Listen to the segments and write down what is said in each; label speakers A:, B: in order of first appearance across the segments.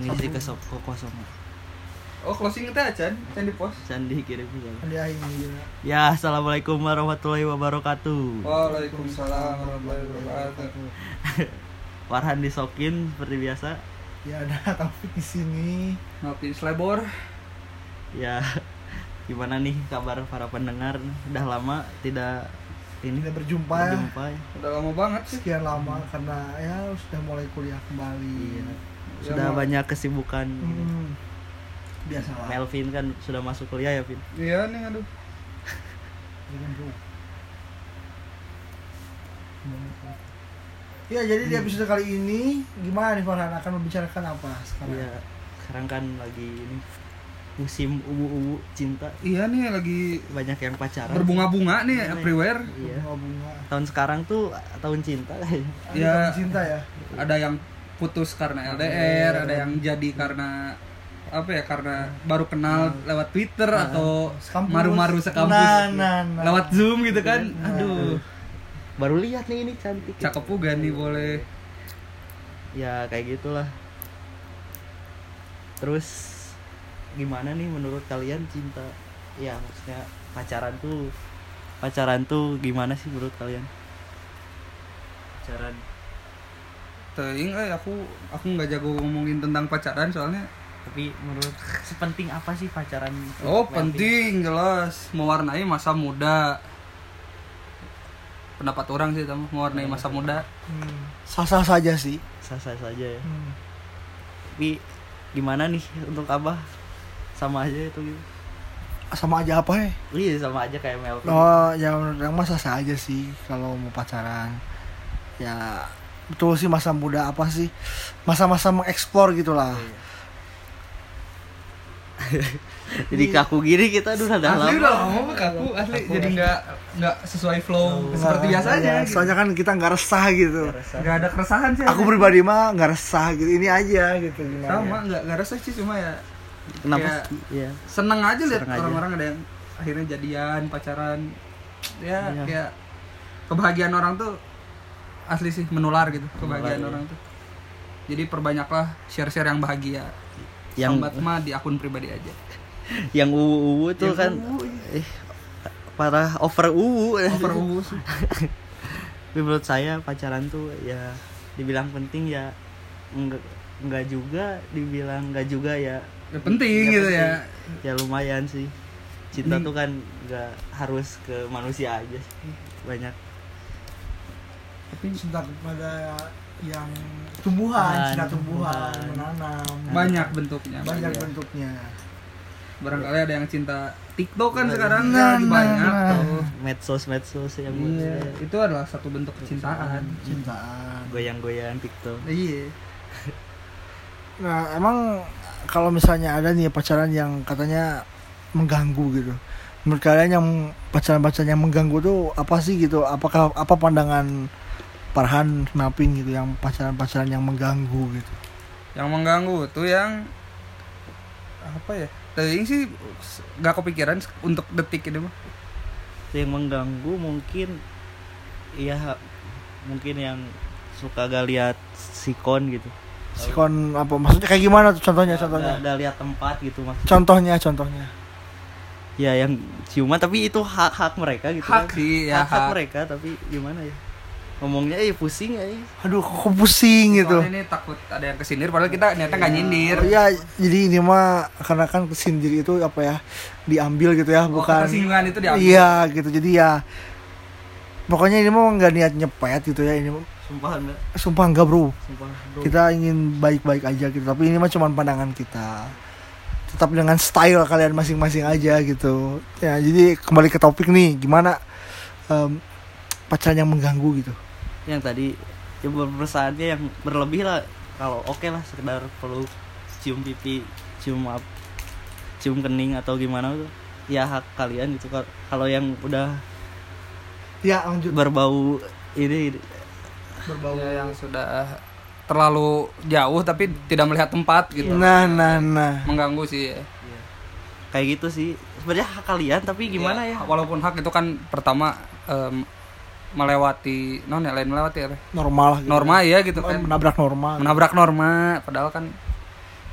A: ngisi ke sop ke kosong
B: Oh closing kita aja, kan di pos.
A: sandi kirim ke-
C: Andi aing juga.
A: ya assalamualaikum warahmatullahi wabarakatuh
B: Waalaikumsalam warahmatullahi wabarakatuh.
A: Warhan disokin seperti biasa
C: Ya ada Taufik di sini.
B: Ngopi selebor.
A: ya gimana nih kabar para pendengar udah lama tidak ini
C: Tidak berjumpa.
A: berjumpa ya.
B: Udah lama banget sih.
C: Sekian lama karena ya sudah mulai kuliah kembali.
A: Iya.
B: Ya,
A: sudah
B: Ma.
A: banyak kesibukan
C: Hmm. Biasalah.
A: Melvin kan sudah masuk kuliah ya Vin
B: Iya nih aduh.
C: Jangan, bro. Ya jadi
B: Hmm.
C: di episode kali ini gimana nih Farhan akan membicarakan apa sekarang?
A: Iya, sekarang kan lagi ini musim ubu-ubu cinta
B: Iya nih lagi
A: banyak yang pacaran
B: berbunga-bunga nih
A: Iya,
B: everywhere.
A: iya
C: Bunga-bunga.
A: tahun sekarang tuh tahun cinta kayaknya
C: Ada
B: Ya.
C: tahun cinta ya.
B: Ada yang putus karena
C: Iya.
B: LDR, ada yang jadi karena apa ya karena baru kenal lewat Twitter atau
C: Iya. Sekampus.
B: maru-maru
C: Nah,
B: sekampus
C: nah, nah.
B: lewat Zoom gitu kan
C: Nah.
B: aduh
A: baru lihat nih ini cantik ya.
B: cakep juga nih boleh
A: ya kayak gitulah terus gimana nih menurut kalian cinta ya maksudnya pacaran tuh pacaran tuh gimana sih menurut kalian pacaran
B: Teing eh aku aku nggak jago ngomongin tentang pacaran soalnya
A: tapi menurut sepenting apa sih pacaran itu?
B: Oh penting jelas mewarnai masa muda pendapat orang sih tamu mewarnai masa muda
C: Hmm. Sah-sah saja sih.
A: sasa saja ya
C: Hmm.
A: tapi gimana nih untuk abah sama aja itu gitu
C: Sama aja apa ya?
A: iya sama aja kayak Melvin
C: Oh, ya menurut orang mah sah-sah aja sih kalau mau pacaran. Ya betul sih masa muda apa sih? Masa-masa mengeksplor gitu lah.
B: Hmm.
A: jadi kaku gini kita dulu udah
B: iya.
A: lama
B: asli udah lama mah kaku asli jadi nggak nggak sesuai flow seperti biasanya
C: Ya,
B: gitu.
C: Soalnya kan kita nggak resah gitu.
B: nggak ada keresahan sih
C: Aku
B: asli.
C: pribadi mah nggak resah gitu. Ini aja gitu gimana.
B: sama nggak nggak resah sih cuma ya
A: kenapa
B: Kayak-
A: sih? Iya.
B: seneng aja lihat
A: Seneng aja.
B: orang-orang ada yang akhirnya jadian pacaran ya
A: Iya.
B: kayak kebahagiaan orang tuh asli sih menular gitu kebahagiaan
A: Menular,
B: orang tuh jadi perbanyaklah share-share yang bahagia
A: Yang-
B: yang mah di akun pribadi aja
A: yang uwu uwu tuh kan eh, parah over uwu
B: over uus
A: Tapi menurut saya pacaran tuh ya dibilang penting ya enggak enggak juga dibilang enggak juga ya
B: ya, penting gitu ya
A: ya lumayan sih cinta tuh kan enggak harus ke manusia aja sih. banyak
C: Tapi cinta kepada yang
B: Ah,
C: tumbuhan, cinta tumbuhan, menanam.
B: banyak bentuknya
C: banyak bentuknya.
B: barangkali ada yang cinta TikTok kan sekarang
C: Nah,
B: lagi
C: nah,
B: banyak
C: nah.
B: tuh
A: medsos medsos yang
B: Iya, itu adalah satu bentuk kecintaan
C: Cintaan.
A: goyang goyang tiktok
B: iya
C: Nah, emang kalau misalnya ada nih pacaran yang katanya mengganggu gitu. Menurut kalian yang pacaran-pacaran yang mengganggu tuh apa sih gitu? Apakah apa pandangan Parhan Melvin gitu yang pacaran-pacaran yang mengganggu gitu?
B: yang mengganggu tuh yang apa ya Teuing sih gak kepikiran untuk detik ini mah
A: yang mengganggu mungkin ya mungkin yang suka gak lihat sikon gitu
C: Sikon apa maksudnya kayak gimana tuh contohnya contohnya?
A: Nggak- nggak lihat tempat gitu mas
C: Contohnya contohnya.
A: ya yang ciuman tapi itu hak hak mereka gitu
B: Hak
A: kan.
B: sih,
A: hak, hak
B: ya, hak.
A: mereka tapi gimana ya ngomongnya eh pusing ya eh.
C: Aduh, kok pusing gitu.
B: soalnya ini takut ada yang kesindir padahal kita niatnya gak nyindir
A: Oh,
C: Iya, jadi ini mah karena kan kesindir itu apa ya diambil gitu ya,
B: Oh,
C: bukan
B: ketersinggungan itu diambil.
C: Iya, gitu. Jadi ya pokoknya ini mah nggak niat nyepet gitu ya ini. mah-
A: sumpah enggak
C: Sumpah enggak, Bro.
A: sumpah bro.
C: Kita ingin baik-baik aja gitu, tapi ini mah cuman pandangan kita. Tetap dengan style kalian masing-masing aja gitu. Ya, jadi kembali ke topik nih, gimana em, pacaran yang mengganggu gitu.
A: yang tadi ya berpersamaannya yang berlebih lah kalau oke lah sekedar perlu cium pipi cium apa cium kening atau gimana tuh ya hak kalian gitu Kal- kalau yang udah
C: Ya, lanjut
A: berbau ini
C: berbau.
B: Ya, yang sudah terlalu jauh tapi tidak melihat tempat gitu
A: Iya.
C: Nah, nah, nah.
B: mengganggu sih ya.
A: kayak gitu sih sebenarnya hak kalian tapi gimana ya,
B: Iya, walaupun hak itu kan pertama em, melewati non ya lain
A: Iya.
B: melewati ya
C: Normal lah gitu.
B: norma ya gitu kan
C: menabrak normal.
B: menabrak norma padahal kan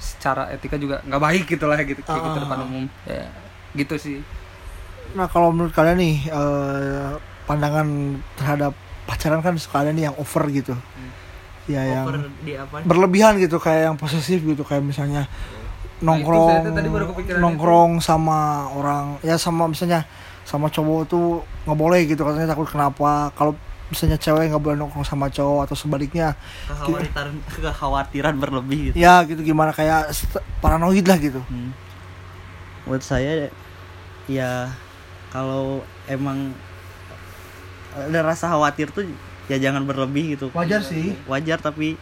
B: secara etika juga nggak baik gitu lah gitu kayak gitu
C: Ah.
B: depan umum ya gitu sih
C: Nah kalau menurut kalian nih eh, pandangan terhadap pacaran kan suka ada nih yang over gitu,
B: Hmm.
C: ya yang
A: over di apa
C: berlebihan gitu kayak yang posesif gitu kayak misalnya
B: Nah, itu
C: nongkrong
B: saya tuh tadi baru kepikiran
C: nongkrong sama orang ya sama misalnya sama cowok tuh nggak boleh gitu katanya takut kenapa kalau misalnya cewek nggak boleh nongkrong sama cowok atau sebaliknya
A: kekhawatiran kekhawatiran berlebih gitu
C: ya gitu gimana kayak st- paranoid lah gitu
A: Hmm. Menurut saya ya kalau emang ada rasa khawatir tuh ya jangan berlebih gitu.
C: wajar sih
A: Wajar tapi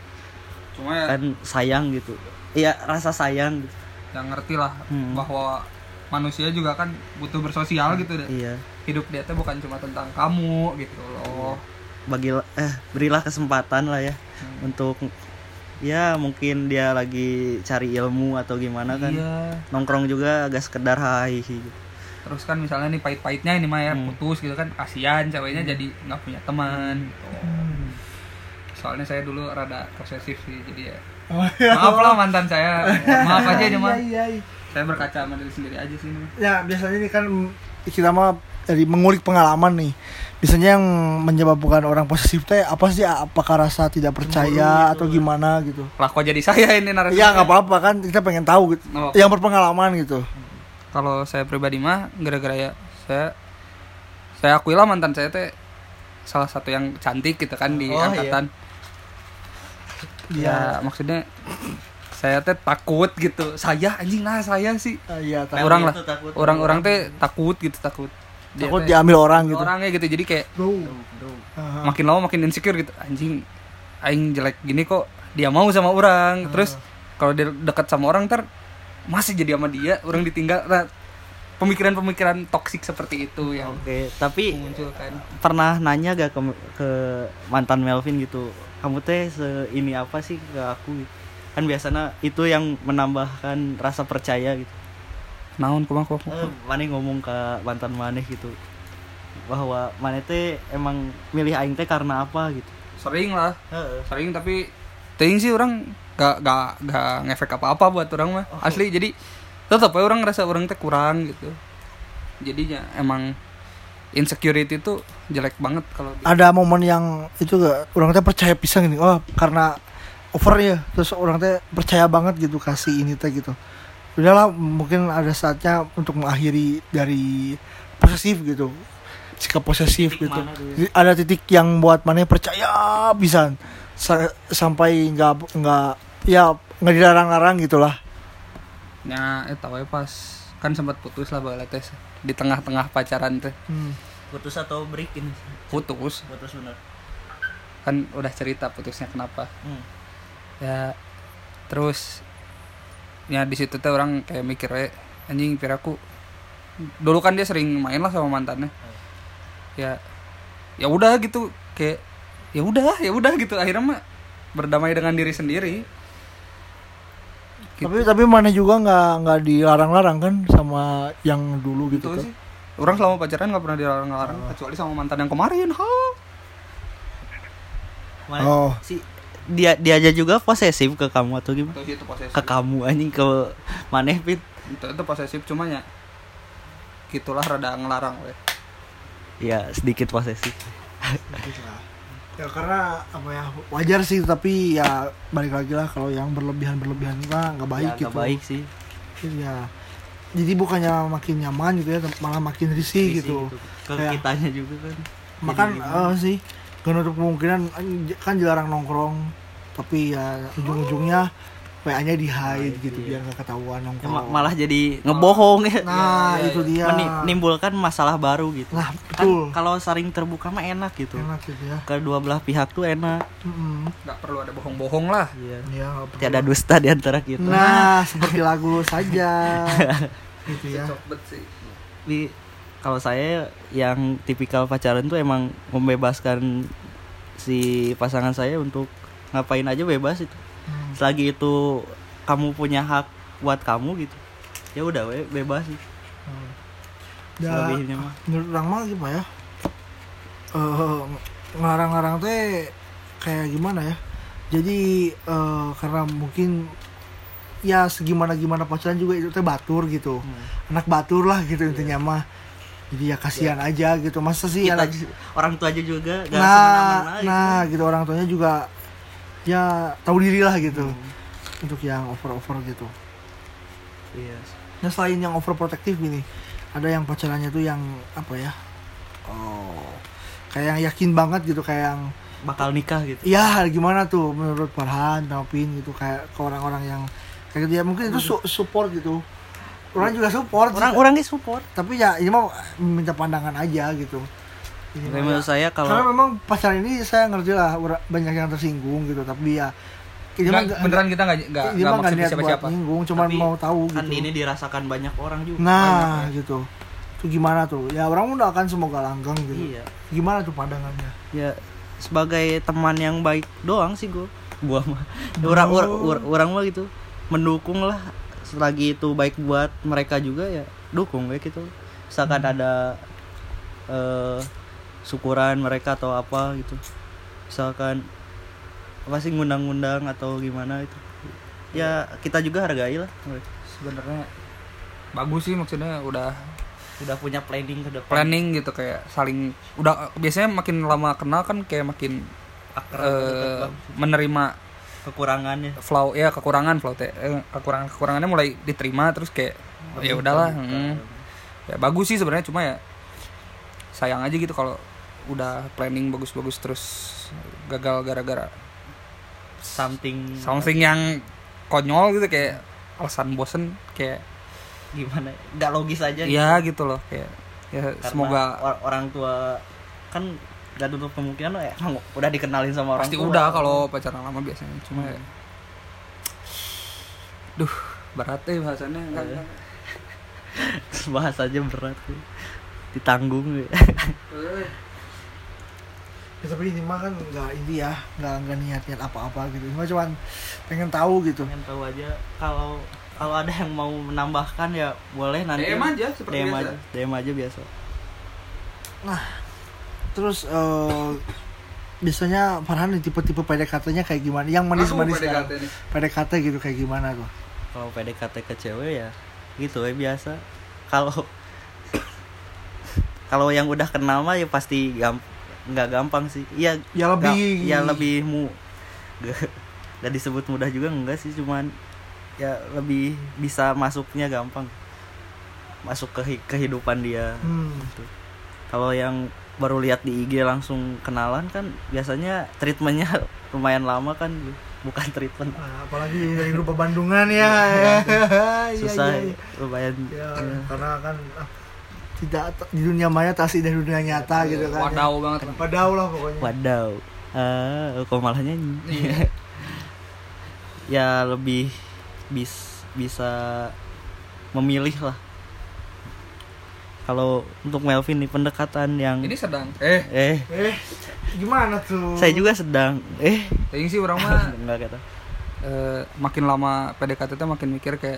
B: cuma ya
A: kan sayang gitu. Iya rasa sayang gitu.
B: yang ngerti lah
A: Hmm.
B: bahwa manusia juga kan butuh bersosial gitu deh
A: Iya.
B: hidup dia tuh bukan cuma tentang kamu gitu loh
A: Bagi eh berilah kesempatan lah ya untuk ya mungkin dia lagi cari ilmu atau gimana kan.
B: iya
A: Nongkrong juga agak sekedar hahihi gitu.
B: terus kan misalnya nih pahit-pahitnya ini mah ya
A: Hmm.
B: putus gitu kan kasihan ceweknya jadi nggak punya teman gitu soalnya saya dulu rada posesif sih jadi ya maaf lah mantan saya maaf aja cuma
C: Iya, iya.
B: saya berkaca sama diri sendiri aja sih ini.
C: Ya biasanya ini kan kita mah dari mengulik pengalaman nih. Biasanya yang menyebabkan orang posesif teh apa sih? Apakah rasa tidak percaya atau gimana gitu?
B: lah kok jadi saya ini narasi
C: Ya nggak apa-apa kan kita pengen tahu gitu.
B: Nggak apa-apa.
C: Yang berpengalaman gitu.
B: kalau saya pribadi mah gara-gara ya saya saya akui lah mantan saya teh salah satu yang cantik gitu kan di
A: Oh, iya.
B: angkatan
C: Iya.
B: ya maksudnya saya teh takut gitu saya anjing lah saya sih
C: Eh, Iya.
A: Takut
B: orang
A: itu,
B: lah
A: takut.
B: orang-orang teh takut gitu takut Dia
C: Takut
B: teh-
C: diambil orang gitu.
B: orangnya gitu jadi kayak
C: Bro. Ah,
B: makin lama makin insecure gitu anjing aing jelek gini kok dia mau sama orang terus kalau dia dekat sama orang ter masih jadi sama dia orang ditinggal Nah, pemikiran-pemikiran toksik seperti itu yang
A: Oke, tapi
B: Iya. munculkan
A: pernah nanya gak ke, ke mantan Melvin gitu kamu teh se ini apa sih ke aku gitu. kan biasanya itu yang menambahkan rasa percaya gitu
B: naon kumang kumang
A: Eh, Maneh ngomong ke mantan maneh gitu bahwa maneh teh emang milih aing teh karena apa gitu
B: sering lah sering tapi ting sih orang gak gak gak ngefek apa apa buat orang mah asli jadi tetap ya orang ngerasa orang teh kurang gitu jadinya emang insecurity itu jelek banget kalau di-
C: Ada momen yang itu gak orang teh percaya pisang ini. Oh karena over ya. Terus orang teh percaya banget gitu kasih ini teh gitu. Udahlah mungkin ada saatnya untuk mengakhiri dari posesif gitu sikap posesif
A: Titik
C: gitu.
A: mana tuh ya?
C: Jadi Ada titik yang buat mana percaya bisa sampai nggak nggak ya nggak dilarang-larang gitulah.
B: Nah, eta wae pas kan sempat putus lah bae teh di tengah-tengah pacaran teh.
C: Hmm.
A: putus atau break ini
B: Putus
A: putus bener
B: kan udah cerita putusnya kenapa.
A: Hmm.
B: Ya terus ya di situ teh orang kayak mikir we anjing piraku dulu kan dia sering main lah sama mantannya. Ya ya udah gitu kayak ya udah ya udah gitu akhirnya mah berdamai dengan diri sendiri. Gitu.
C: Tapi tapi mana juga nggak nggak dilarang-larang kan sama yang dulu gitu
B: Itu
C: tuh.
B: sih. Orang selama pacaran nggak pernah dilarang-larang kecuali sama mantan yang kemarin. Ha.
C: Oh.
A: si dia dia aja juga posesif ke kamu atau gimana
B: Itu sih itu posesif.
A: ke kamu anjing ke maneh pit
B: itu itu posesif cuma ya gitulah rada ngelarang we.
A: ya sedikit posesif
C: Ya karena apa ya wajar sih tapi ya balik lagi lah kalau yang berlebihan berlebihan mah nggak baik
A: ya,
C: gitu.
A: nggak baik sih
C: Iya. Jadi bukannya makin nyaman gitu ya malah makin risih,
A: Sih,
C: gitu.
A: ke
C: Kayak-
A: Iya, kitanya juga kan
C: Makan eh, sih gak nutup kemungkinan eh, kan dilarang nongkrong tapi ya ujung-ujungnya WA-nya di hide gitu
A: iya.
C: biar nggak
A: Ya, ma-
C: ketahuan nongkrong.
A: malah jadi ngebohong ya
C: Oh. nah itu dia.
A: menimbulkan masalah baru gitu
C: Nah
A: kan
C: betul.
A: kalau saling terbuka mah enak gitu
C: Enak gitu ya.
A: kedua belah pihak tuh enak
C: Mm-mm.
B: nggak perlu ada bohong-bohong lah
C: Ya, nggak perlu.
A: tiada dusta di antara kita
C: Nah, seperti lagu saja. gitu ya.
B: Cocok bet sih
A: Tapi kalau saya yang tipikal pacaran tuh emang membebaskan si pasangan saya untuk ngapain aja bebas itu
C: Hmm.
A: selagi itu kamu punya hak buat kamu gitu ya udah we, bebas sih
C: Ya,
A: selebihnya mah
C: menurut orang mah gimana ya? Eh, ngarang-ngarang teh kayak gimana ya? Jadi eh, karena mungkin ya segimana gimana pacaran juga itu teh batur gitu
A: Hmm.
C: anak batur lah gitu
A: Iya.
C: intinya mah jadi ya kasihan aja gitu masa sih
A: Kita
C: anak-
A: ju- orang tua aja juga gak semena-mena
C: nah
A: gitu.
C: nah gitu orang tuanya juga ya tahu diri lah gitu
A: Hmm.
C: untuk yang over over gitu
A: Iya.
C: nah selain yang overprotective ini ada yang pacarannya tuh yang apa ya oh kayak yang yakin banget gitu kayak yang
A: bakal nikah gitu
C: ya gimana tuh menurut Farhan Taupin gitu kayak ke orang-orang yang kayak gitu ya mungkin itu su- support gitu orang juga support
A: orang
C: sih.
A: orangnya support
C: tapi ya ini mau minta pandangan aja gitu Ini
A: Tapi
C: mah
A: menurut
C: ya.
A: saya
C: karena
A: kalau
C: memang pacaran ini saya ngerti lah ura- banyak yang tersinggung gitu tapi ya ini mah
B: Nggak-
C: nggak-
B: beneran kita nggak nggak
C: ini
B: nggak
C: mah nggak
B: maksud
C: niat buat
B: siapa-siapa
C: nyinggung cuman
A: Tapi
C: mau tahu
A: kan
C: gitu
A: ini dirasakan banyak orang juga
C: nah
A: Banyak,
C: gitu itu gimana tuh ya orang udah akan semoga langgeng
A: ya.
C: gitu
A: iya
C: gimana tuh pandangannya
A: ya sebagai teman yang baik doang sih gue gua mah Ya, orang orang orang- orang mah gitu mendukung lah selagi itu baik buat mereka juga ya dukung kayak gitu misalkan ada eh, syukuran mereka atau apa gitu misalkan apa sih ngundang-ngundang atau gimana itu ya kita juga hargai lah mereka.
B: sebenarnya bagus sih maksudnya udah
A: udah punya planning ke depan
B: planning gitu kayak saling udah biasanya makin lama kenal kan kayak makin
A: akrab,
B: eh,
A: tetap
B: menerima
A: kekurangannya
B: flaw ya kekurangan flaw teh kekurangan kekurangannya mulai diterima terus kayak "Oh, ya udahlah mm." ya bagus sih sebenarnya cuma ya sayang aja gitu kalau udah planning bagus-bagus terus gagal gara-gara
A: something
B: something yang konyol gitu kayak alasan bosen kayak
A: gimana nggak logis aja
B: ya gitu loh kayak ya
A: Karena
B: semoga
A: or- orang tua kan gak tutup kemungkinan ya emang udah dikenalin sama orang
B: pasti
A: tua. kan.
B: udah kalau pacaran lama biasanya cuma ya duh berat eh bahasannya nggak-
A: Iya.
B: nggak-
A: bahas aja berat ya. ditanggung ya.
C: Ya, tapi ini mah kan nggak ini ya nggak nggak niat niat apa apa gitu cuma cuman pengen tahu gitu
A: pengen tahu aja kalau kalau ada yang mau menambahkan ya boleh nanti
B: DM aja seperti
A: DM
B: biasa.
A: aja DM aja biasa
C: terus eh, biasanya Farhan nih tipe-tipe PDKT-nya kayak gimana yang manis-manis
B: Aduh,
C: sekarang
B: PDKT nih.
C: PDKT gitu kayak gimana tuh
A: kalau PDKT ke cewek ya gitu ya biasa kalau kalau yang udah kenal mah ya pasti gam- nggak gampang sih ya
C: Ya lebih-
A: gam- ya lebih mu gak, gak disebut mudah juga enggak sih cuman ya lebih bisa masuknya gampang masuk ke hi- kehidupan dia
C: hmm.
A: gitu. kalau yang baru lihat di IG langsung kenalan kan biasanya treatmentnya lumayan lama kan bukan treatment
C: Nah, apalagi dari grup Bandungan ya
B: iya.
C: Iya,
A: susah
C: iya, iya.
A: lumayan
C: Ya,
A: ya.
C: karena kan ah, tidak di dunia maya tak dari dunia nyata
B: Iya,
C: gitu kan
B: Wadaw banget lah.
C: Wadaw lah pokoknya
A: Wadaw. Ah, kok malah nyanyi?
B: Iya.
A: ya lebih bis, bisa memilih lah. Kalau untuk Melvin nih pendekatan yang
B: ini sedang eh
A: eh
C: eh gimana tuh
A: saya juga sedang eh
B: ini sih orang mah
A: enggak kata.
B: eh, makin lama PDKT tuh makin mikir kayak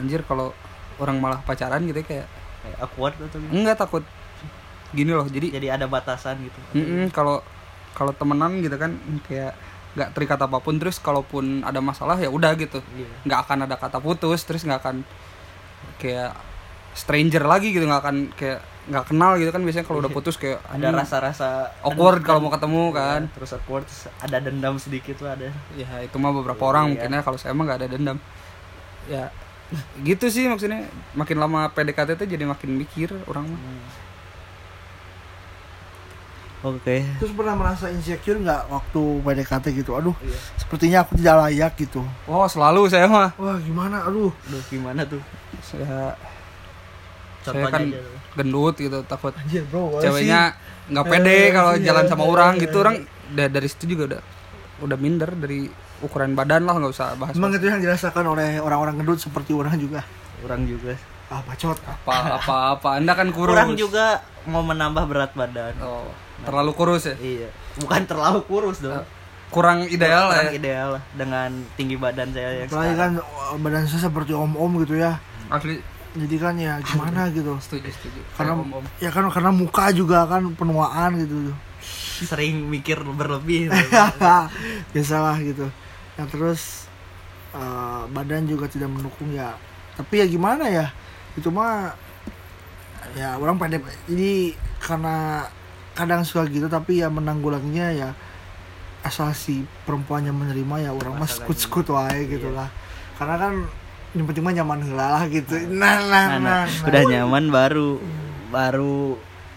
B: anjir kalau orang malah pacaran gitu kayak
A: Kayak awkward atau gimana?
B: enggak takut gini loh jadi
A: Jadi ada batasan gitu.
B: Mm-mm, kalau kalau temenan gitu kan kayak nggak terikat apapun terus kalaupun ada masalah ya udah gitu
A: Iya.
B: nggak akan ada kata putus terus nggak akan kayak stranger lagi gitu nggak akan kayak nggak kenal gitu kan biasanya kalau udah putus kayak
A: Iya. Ada
B: anjing,
A: rasa-rasa
B: Hmm. awkward
A: dendam.
B: kalau mau ketemu
A: Iya,
B: kan
A: terus awkward terus ada dendam sedikit tuh ada.
B: ya itu mah beberapa
A: Iya.
B: orang mungkin ya kalau saya mah nggak ada dendam ya gitu sih maksudnya makin lama PDKT tuh jadi makin mikir orang mah
A: Hmm. Oke.
C: terus pernah merasa insecure nggak waktu PDKT gitu aduh sepertinya aku tidak layak gitu
B: oh selalu saya mah
C: wah gimana aduh
A: Aduh, gimana tuh?
B: saya saya
A: Contohnya
B: kan
A: aja.
B: gendut gitu takut
C: anjir bro apa
B: ceweknya nggak
A: Eh,
B: pede
A: iya,
B: kalau jalan sama orang gitu orang da- dari situ juga udah udah minder dari ukuran badan lah nggak usah bahas
C: sih? emang itu yang dirasakan oleh orang-orang gendut seperti orang juga
A: Orang juga.
C: ah bacot
B: apa apa apa anda kan kurus
A: Kurang juga mau menambah berat badan.
B: oh, terlalu kurus ya
A: Iya, bukan terlalu kurus dong.
B: kurang ideal
A: Kurang
B: lah
A: gitu.
B: ya
A: ideal lah dengan tinggi badan saya yang
C: apalagi kan uh, badan saya seperti om-om gitu ya
B: asli
C: jadi kan ya gimana gitu
B: setuju setuju
C: karena
B: Kayak om-om.
C: ya kan karena muka juga kan penuaan gitu Nah,
A: sering mikir berlebih.
C: Hahaha, biasalah gitu yang Ya, terus eh, badan juga tidak mendukung ya tapi ya gimana ya itu mah ya orang pendek ini karena kadang suka gitu tapi ya menanggulanginya ya asal si perempuannya menerima ya orang mah
A: Masalahnya. Iya.
C: sekut sekut wae gitu lah karena kan yang penting mah nyaman heula lah gitu nah nah
A: Nah,
C: nah,
A: nah,
C: nah. Iya.
A: udah nyaman baru baru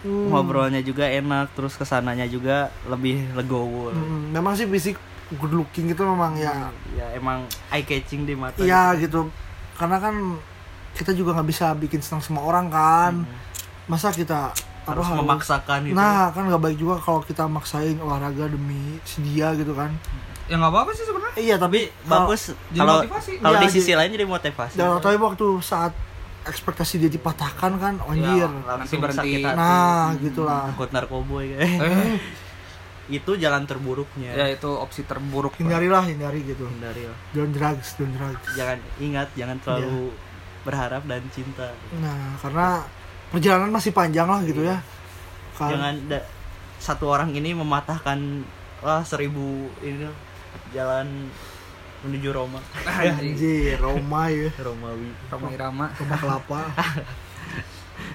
C: Hmm.
A: ngobrolnya juga enak terus kesananya juga lebih legowo
C: Hmm, memang sih fisik good looking itu memang ya
A: ya emang eye catching di mata
C: Iya gitu. Karena kan kita juga nggak bisa bikin senang semua orang kan. Masa kita apa,
A: harus memaksakan itu
C: Nah kan nggak baik juga kalau kita maksain olahraga demi si dia gitu kan.
B: ya nggak apa-apa sih sebenarnya
C: Eh, iya tapi kalau-
A: bagus
B: jadi
A: kalau
B: motivasi.
A: kalau
C: Iya,
A: di
C: jadi-
A: sisi lain jadi motivasi Ya,
C: Dan tapi waktu saat ekspektasi dia dipatahkan kan anjir.
A: langsung
B: Nanti berhenti.
A: sakit hati
C: nah gitulah.
A: takut narkoboy kayak
B: eh,
A: itu jalan terburuknya
B: ya itu opsi terburuk
C: Hindarilah hindari gitu.
A: hindari lah.
C: Don't drugs, don't drugs.
A: jangan ingat jangan terlalu berharap dan cinta
C: Nah karena perjalanan masih panjang lah gitu ya. Kan-
A: jangan da- satu orang ini mematahkan lah seribu ini lah, jalan menuju Roma
C: Ya,
B: anjing
C: Anjir, Roma ya,
A: Romawi
B: Roma Irama
C: Roma kelapa.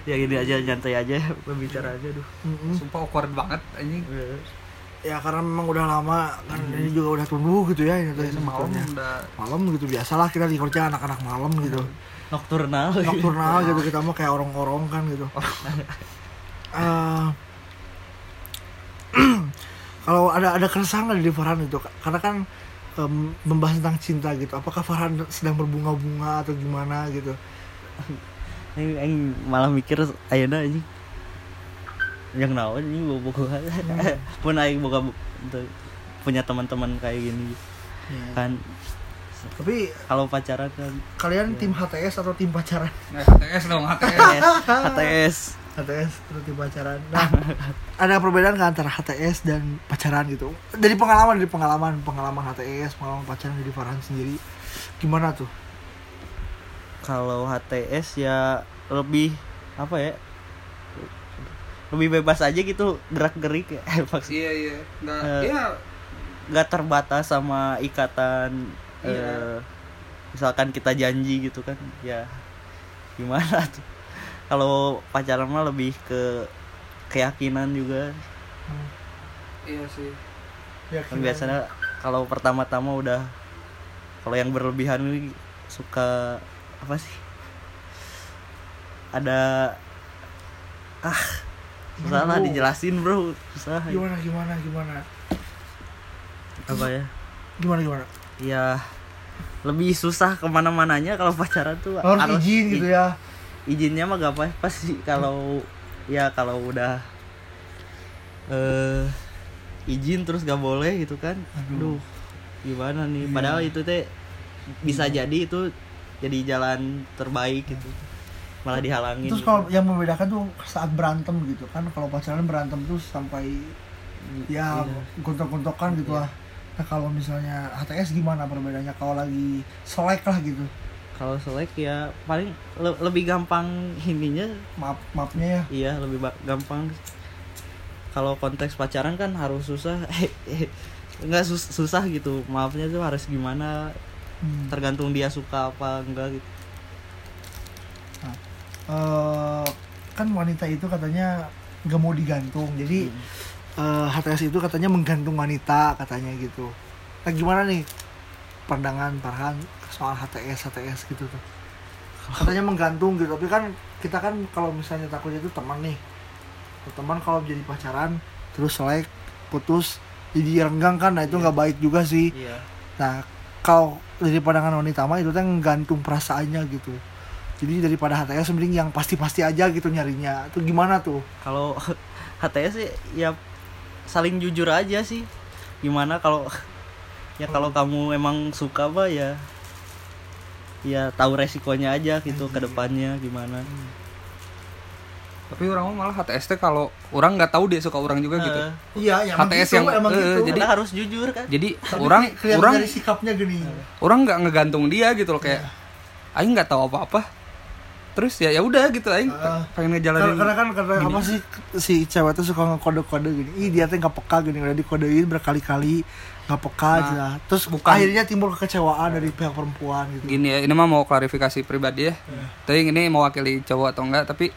A: ya gini aja nyantai aja berbicara aja duh
C: Mm-mm.
B: sumpah awkward banget anjing
C: ya karena memang udah lama kan ini juga udah tumbuh gitu ya ini tuh
B: ini malam
C: sebetulnya.
B: udah
C: malam gitu biasalah kita di kerja anak-anak malam gitu
A: nokturnal
C: nocturnal gitu kita mah kayak orang-orang kan gitu Eh, kalau ada ada keresahan nggak di Farhan itu karena kan em, membahas tentang cinta gitu apakah Farhan sedang berbunga-bunga atau gimana gitu
A: Aing, aing malah mikir ayeuna anjing. Yang naon anjing bobogohan. Pun aing boga bu- teu- punya teman-teman kayak gini kan.
C: tapi
A: Kalau pacaran kan
C: kalian tim HTS atau tim pacaran
B: eh, HTS dong HTS
A: HTS, HTS.
C: HTS terus di pacaran. Nah, ada perbedaan nggak antara HTS dan pacaran gitu? Dari pengalaman, dari pengalaman, pengalaman HTS, pengalaman pacaran dari Farhan sendiri, gimana tuh?
A: Kalau HTS ya lebih apa ya? Lebih bebas aja gitu gerak-gerik ya. Maksudnya
B: iya iya nggak
A: Eh,
B: iya
A: nggak terbatas sama ikatan eh,
B: Iya.
A: misalkan kita janji gitu kan ya gimana tuh kalau pacaran mah lebih ke keyakinan juga
B: iya sih
C: Ya,
A: Kan biasanya kalau pertama-tama udah kalau yang berlebihan ini suka apa sih ada ah susah lah
C: Aduh.
A: dijelasin bro susah
C: gimana, gimana, gimana,
A: apa ya
C: gimana, gimana?
A: ya lebih susah kemana-mananya kalau pacaran tuh
C: Harus izin gitu
A: i-
C: ya.
A: izinnya mah gak apa-apa sih kalau ya kalau udah eh izin terus gak boleh gitu kan aduh gimana nih
C: Iya.
A: padahal itu teh bisa jadi itu jadi jalan terbaik gitu malah dihalangin
C: Terus
A: gitu.
C: kalau yang membedakan tuh saat berantem gitu kan, kalau pacaran berantem tuh sampai ya
A: Iya.
C: gontok-gontokan gitu lah. Nah, kalau misalnya HTS gimana perbedaannya kalau lagi selek lah gitu
A: kalau selek ya paling le- lebih gampang ininya
C: maaf maafnya ya
A: Iya lebih ba- gampang. Kalau konteks pacaran kan harus susah, nggak sus- susah gitu. Maafnya tuh harus gimana?
C: Hmm.
A: Tergantung dia suka apa enggak gitu.
C: eh kan wanita itu katanya gak mau digantung jadi eh, HTS itu katanya menggantung wanita katanya gitu nah gimana nih pandangan Farhan soal HTS HTS gitu tuh katanya menggantung gitu tapi kan kita kan kalau misalnya takutnya itu teman nih Kalau teman kalau jadi pacaran terus selek putus jadi renggang kan nah itu nggak baik juga sih
A: Iya.
C: Nah, kalau dari pandangan wanita mah itu kan gantung perasaannya gitu. Jadi daripada HTS mending yang pasti-pasti aja gitu nyarinya. Itu gimana tuh?
A: Kalau HTS sih ya saling jujur aja sih. Gimana kalau ya kalau kamu emang suka apa ya ya tahu resikonya aja gitu ke depannya gimana.
B: tapi orang mah malah HTS teh kalau orang nggak tahu dia suka orang juga gitu
A: Eh,
C: Iya,
B: yang emang HTS gitu, yang- emang eh, gitu.
A: jadi
B: jadi-
A: harus jujur kan.
B: jadi orang orang Iya.
C: dari sikapnya gini. Iya.
B: orang nggak ngegantung dia gitu loh kayak Aing nggak tahu apa-apa terus ya ya udah gitu aing
C: Ah.
B: pengen
C: karena,
B: ngejalanin
C: karena kan karena
B: Gini.
C: apa sih si cewek tuh suka ngekode-kode gini ih dia tuh nggak peka gini udah dikodein berkali-kali nggak peka
B: Nah,
C: aja terus
B: bukan-
C: akhirnya timbul kekecewaan dari pihak perempuan gitu
B: gini ya ini mah mau klarifikasi pribadi ya tapi ini mewakili cowok atau enggak tapi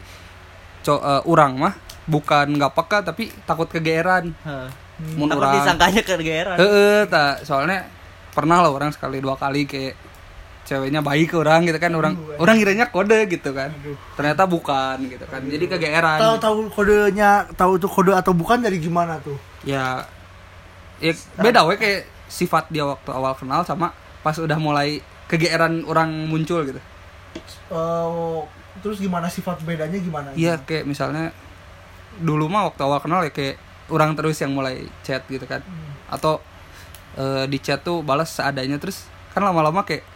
B: co eh, urang mah bukan nggak peka tapi takut kegeeran
A: Heeh.
B: Mun
A: Takut
B: urang-
A: disangkanya kegeeran.
B: Heeh, tak soalnya pernah lah orang sekali dua kali kayak ceweknya baik ke orang gitu kan orang orang kiranya kode gitu kan ternyata bukan gitu kan jadi kegeeran
C: tahu tahu kodenya tahu itu kode atau bukan dari gimana tuh
B: ya ya beda we kayak sifat dia waktu awal kenal sama pas udah mulai kegeeran orang muncul gitu
C: Eh, terus gimana sifat bedanya gimana
B: iya kayak misalnya dulu mah waktu awal kenal ya kayak orang terus yang mulai chat gitu kan
C: Hmm.
B: atau eh, di chat tuh balas seadanya terus kan lama-lama kayak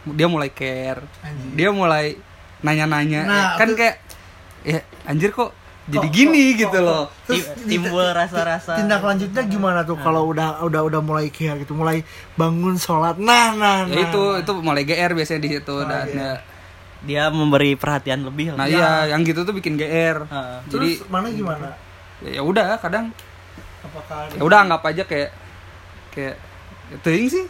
B: dia mulai care
C: Anjing.
B: dia mulai nanya-nanya
C: Nah,
B: Ya, kan
C: terus-
B: kayak ya anjir kok jadi
C: Kok-
B: gini
C: kok-
B: gitu
C: kok-
B: loh
C: Terus
A: Tim- timbul rasa-rasa.
C: tindak lanjutnya gimana tuh kalau udah udah udah mulai care gitu mulai bangun sholat nah nah nah
B: ya itu itu mulai GR biasanya di situ dan
C: iya.
B: ya-
A: Dia memberi perhatian lebih
B: nah
A: lah.
B: iya yang gitu tuh bikin GR
A: Heeh.
B: jadi
C: terus mana gimana
B: ya- ya udah kadang
C: apakah
B: ya udah anggap aja kayak kayak ya, teuing sih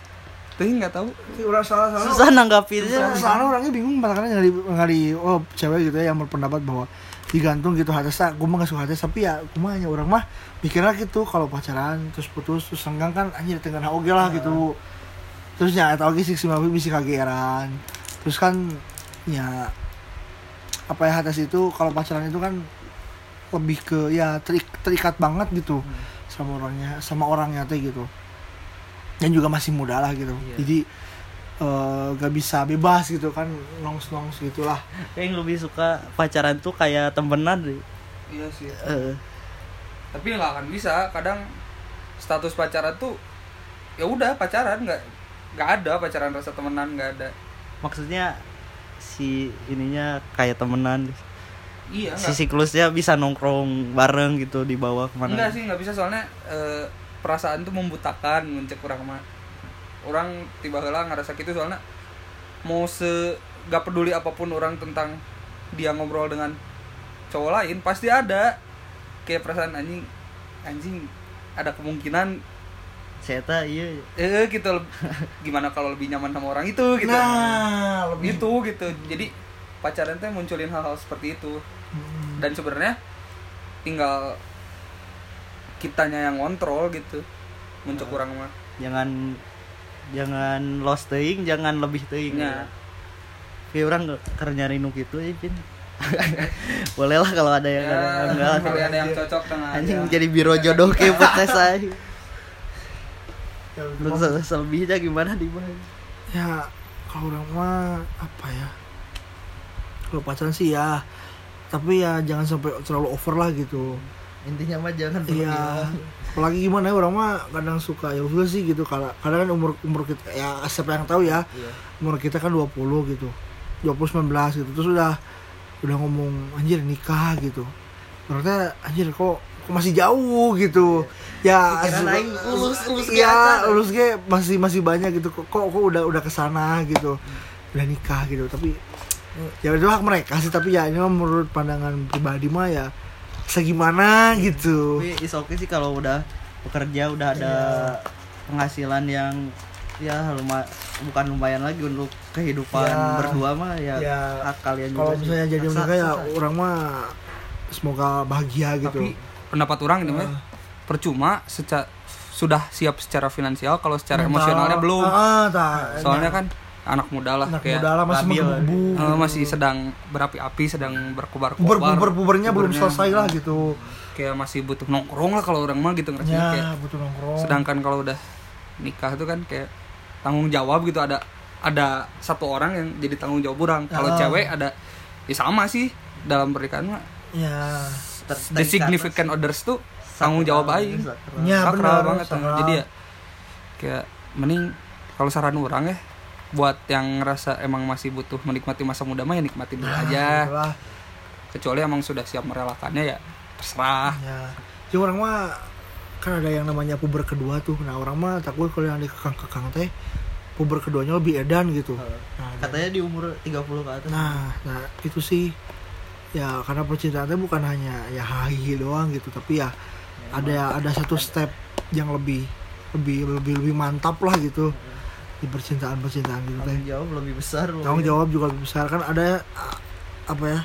B: teuing nggak tahu
C: Si orang salah salah
A: Susah nanggapinnya.
C: soalnya orangnya bingung makanya nggak di nggak di- oh cewek gitu ya yang berpendapat bahwa digantung gitu hatesnya gue mah gak suka hates tapi ya gue mah hanya orang mah mikirnya gitu kalau pacaran terus putus terus senggang kan anjir tengah oke lah gitu terus ya tau oke sih si Mafi bisa kageran terus kan ya apa ya hates itu kalau pacaran itu kan lebih ke ya terik, terikat banget gitu sama orangnya sama orangnya teh gitu dan juga masih muda lah gitu
A: Iya.
C: jadi eh, gak bisa bebas gitu kan nongs nongs gitulah
A: Kayak yang lebih suka pacaran tuh kayak temenan deh.
B: iya sih
A: Heeh.
B: tapi nggak akan bisa kadang status pacaran tuh ya udah pacaran nggak nggak ada pacaran rasa temenan nggak ada
A: maksudnya si ininya kayak temenan.
B: iya
A: Si
B: nggak
A: siklusnya bisa nongkrong bareng gitu di bawah kemana.
B: Enggak sih, nggak bisa soalnya eh, perasaan tuh membutakan mencek orang mah. Orang tiba heula ngerasa gitu soalnya mau se gak peduli apapun orang tentang dia ngobrol dengan cowok lain pasti ada kayak perasaan anjing anjing ada kemungkinan
A: Saya tahu iya.
B: eh gitu leb- gimana kalau lebih nyaman sama orang itu gitu
C: nah lebih
B: gitu gitu jadi pacaran tuh munculin hal-hal seperti itu
C: Hmm.
B: dan sebenarnya tinggal kitanya yang ngontrol gitu muncul
C: Nah.
B: kurang mah
A: Jangan jangan lost teing, jangan lebih teing.
B: Iya.
A: Kayak orang ke- keur nyari nu gitu ya, Pin. Boleh lah kalau ada
C: Ya,
A: yang ada yang enggak.
B: kali Ya, ada yang cocok tengah
A: Anjing jadi biro jodoh kayak podcast saya.
C: Ya,
A: Untuk
C: cuma-
A: se- selebihnya gimana di mana?
C: ya kalau orang mah apa ya kalau pacaran sih ya tapi ya jangan sampai terlalu over lah gitu
A: Intinya mah jangan
C: Iya. Apalagi gimana ya orang mah kadang suka ya udah sih gitu karena karena kan umur umur kita ya siapa yang tahu ya.
A: Iya.
C: Umur kita kan 20 gitu. 20 19 gitu. Terus udah udah ngomong anjir nikah gitu. Ternyata anjir kok kok masih jauh gitu.
A: Iya.
C: Ya
A: Pikiran
C: suka-
A: aing ulus-ulus ge
C: ya
A: acan.
C: ulus ge masih masih banyak gitu. Kok kok kok udah udah kesana gitu.
A: Hmm.
C: Udah nikah gitu. Tapi ya itu hak mereka sih tapi ya ini mah menurut pandangan pribadi mah ya segimana gitu.
A: Tapi is okay sih kalau udah bekerja udah ada penghasilan yang ya luma- bukan lumayan lagi untuk kehidupan
C: Iya.
A: berdua mah ya,
C: Iya.
A: hak kalian juga
C: kalau
A: sih.
C: misalnya jadi
A: Paksa,
C: mereka ya
A: paksa.
C: orang mah semoga bahagia gitu Ah.
B: tapi pendapat orang ini mah percuma seca- sudah siap secara finansial kalau secara
C: Mental.
B: emosionalnya belum
C: ah, tah.
B: soalnya kan anak muda lah
C: anak
B: kayak
C: muda lah masih
A: labil.
C: menggebu
B: eh, masih sedang berapi-api sedang
C: puber
B: berkobar-kobar
C: puber pubernya belum
B: Pubernya.
C: selesai lah gitu
B: kayak masih butuh nongkrong lah kalau orang mah gitu ngerasanya kayak
C: ya butuh nongkrong
B: sedangkan kalau udah nikah tuh kan kayak tanggung jawab gitu ada ada satu orang yang jadi tanggung jawab orang kalau
C: Ah.
B: cewek ada ya sama sih dalam pernikahan mah
C: ya
A: Ter-
B: the
A: terikat gitu.
B: significant others tuh
A: lah.
B: tanggung jawab
A: Sakral,
B: aing
A: sakral.
C: Ya,
B: sakral
C: benar,
B: banget tanggung jawab.
C: sakral.
B: jadi ya kayak mending kalau saran orang ya buat yang ngerasa emang masih butuh menikmati masa muda mah ya nikmati dulu
C: ya
B: aja
C: lah
B: kecuali emang sudah siap merelakannya ya terserah
C: ya cuma orang mah kan ada yang namanya puber kedua tuh nah orang mah takut kalau yang dikekang kekang teh puber keduanya lebih edan gitu nah,
A: katanya di umur 30 ke atas
C: Nah, nah itu sih ya karena percintaannya bukan hanya ya hahihi doang gitu, tapi ya ada ada satu step yang lebih lebih lebih lebih mantap lah gitu di percintaan percintaan gitu teh.
A: tanggung jawab lebih besar
C: Tanggung jawab juga lebih besar kan ada a- apa ya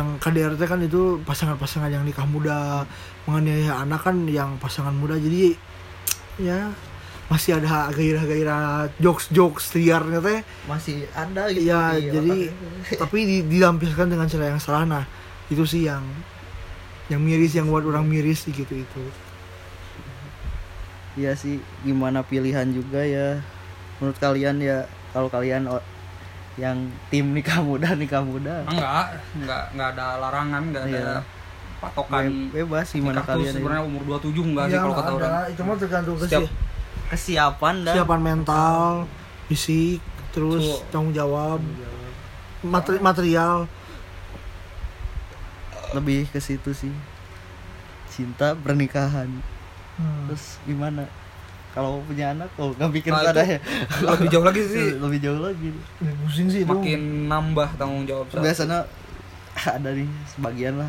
C: yang KDRT kan itu pasangan-pasangan yang nikah muda menganiaya anak kan yang pasangan muda jadi ya masih ada gairah-gairah jokes-jokes liarnya teh
A: masih ada gitu
C: Iya,
A: di
C: jadi-
A: otaknya.
C: tapi di- dilampiaskan dengan cara yang salah nah itu sih yang yang miris yang buat orang miris gitu itu
A: Iya sih gimana pilihan juga ya menurut kalian ya kalau kalian o- yang tim nikah muda nikah muda
B: enggak enggak enggak ada larangan enggak ada
A: Iya.
B: patokan
A: be- bebas gimana
B: nikah tuh
A: kalian
B: sebenarnya umur 27 enggak sih kalau kata orang
C: Iya, itu mah tergantung
B: Setiap
C: kesi-
A: kesiapan dan
C: kesiapan mental fisik terus
B: Betul.
C: tanggung jawab materi- material
A: lebih ke situ sih cinta pernikahan
C: Hmm.
A: terus gimana kalau punya anak oh nggak bikin
B: Nah, itu-
A: sadar ya
B: lebih jauh lagi sih
A: lebih jauh lagi
C: Ya, pusing sih Iya, itu
B: makin nambah tanggung jawab saya.
A: biasanya ada nih sebagian lah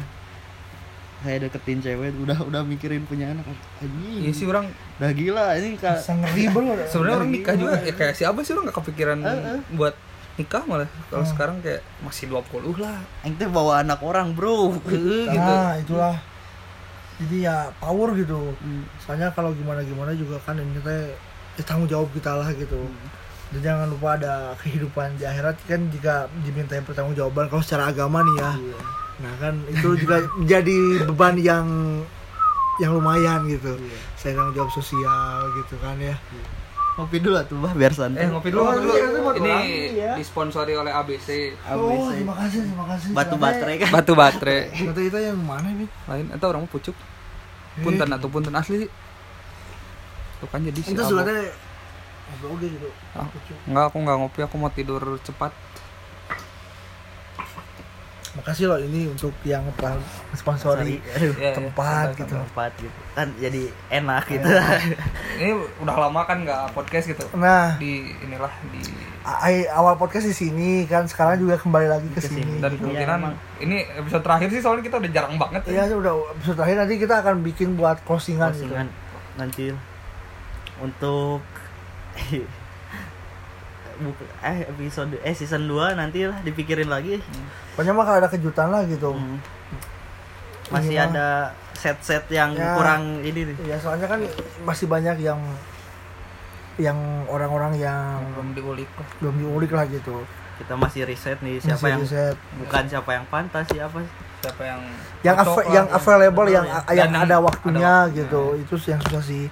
A: kayak deketin cewek udah udah mikirin punya anak anjing
B: Iya sih orang
A: udah gila ini kak
C: Bisa ngeri banget.
B: sebenarnya orang nikah juga ya kayak siapa sih orang nggak kepikiran
C: Eh,
B: buat nikah malah kalau
C: Oh.
B: sekarang kayak masih 20 lah
A: ente bawa anak orang bro
B: Eh, gitu
C: nah itulah jadi ya power gitu
A: Hmm.
C: soalnya kalau gimana gimana juga kan ini teh ya tanggung jawab kita lah gitu
B: Hmm.
C: dan jangan lupa ada kehidupan di akhirat kan jika dimintai pertanggungjawaban kalau secara agama nih ya
B: Iya.
C: nah kan itu juga menjadi beban yang yang lumayan gitu
B: Iya.
C: saya tanggung jawab sosial gitu kan ya
A: ngopi dulu lah tuh bah biar santai
B: eh ngopi dulu
C: Oh,
B: ngopi dulu
C: iya, itu buat
B: ini
C: orang, iya.
B: disponsori oleh ABC
A: Habis, eh.
C: kasih Oh, terima kasih
A: batu baterai kan
B: batu baterai
C: kata kita yang mana nih
B: lain atau orang mau pucuk
C: Eh.
B: punten atau punten asli tuh kan jadi si
C: itu
B: Abok.
C: sudah teh oke gitu
B: Ah, Enggak, aku nggak ngopi, aku mau tidur cepat.
C: makasih loh ini untuk yang telah sponsori
A: Aduh,
B: Iya, iya,
C: tempat
B: santai,
C: gitu
A: tempat gitu kan jadi enak gitu
B: Eh. santai. Ini udah lama kan nggak podcast gitu.
C: nah
B: Di inilah di
C: Ai- awal podcast di sini kan sekarang juga kembali lagi ke sini.
B: dan kemungkinan
A: emang.
B: ini episode terakhir sih soalnya kita udah jarang banget. ya.
C: Iya udah episode terakhir nanti kita akan bikin buat closingan, gitu.
A: Postingan nanti untuk Buk- eh episode eh season 2 nanti lah dipikirin lagi
C: Pokoknya mah kalau ada kejutan lah gitu.
A: Hmm. masih
C: Iya.
A: ada set-set yang
C: Ya.
A: kurang ini nih
C: Ya soalnya kan masih banyak yang yang orang-orang yang
B: Nah, Belum diulik lah.
C: belum diulik lah gitu.
A: kita masih riset nih siapa
C: Masih
A: yang
C: riset.
A: bukan siapa yang pantas siapa
B: Siapa yang
C: yang
B: cocok
C: ava-
B: lah,
C: yang available
A: bener
C: yang
A: ya.
B: Dan
C: yang ada
B: ada
C: waktunya
B: waktunya.
C: gitu. Itu sih yang susah sih.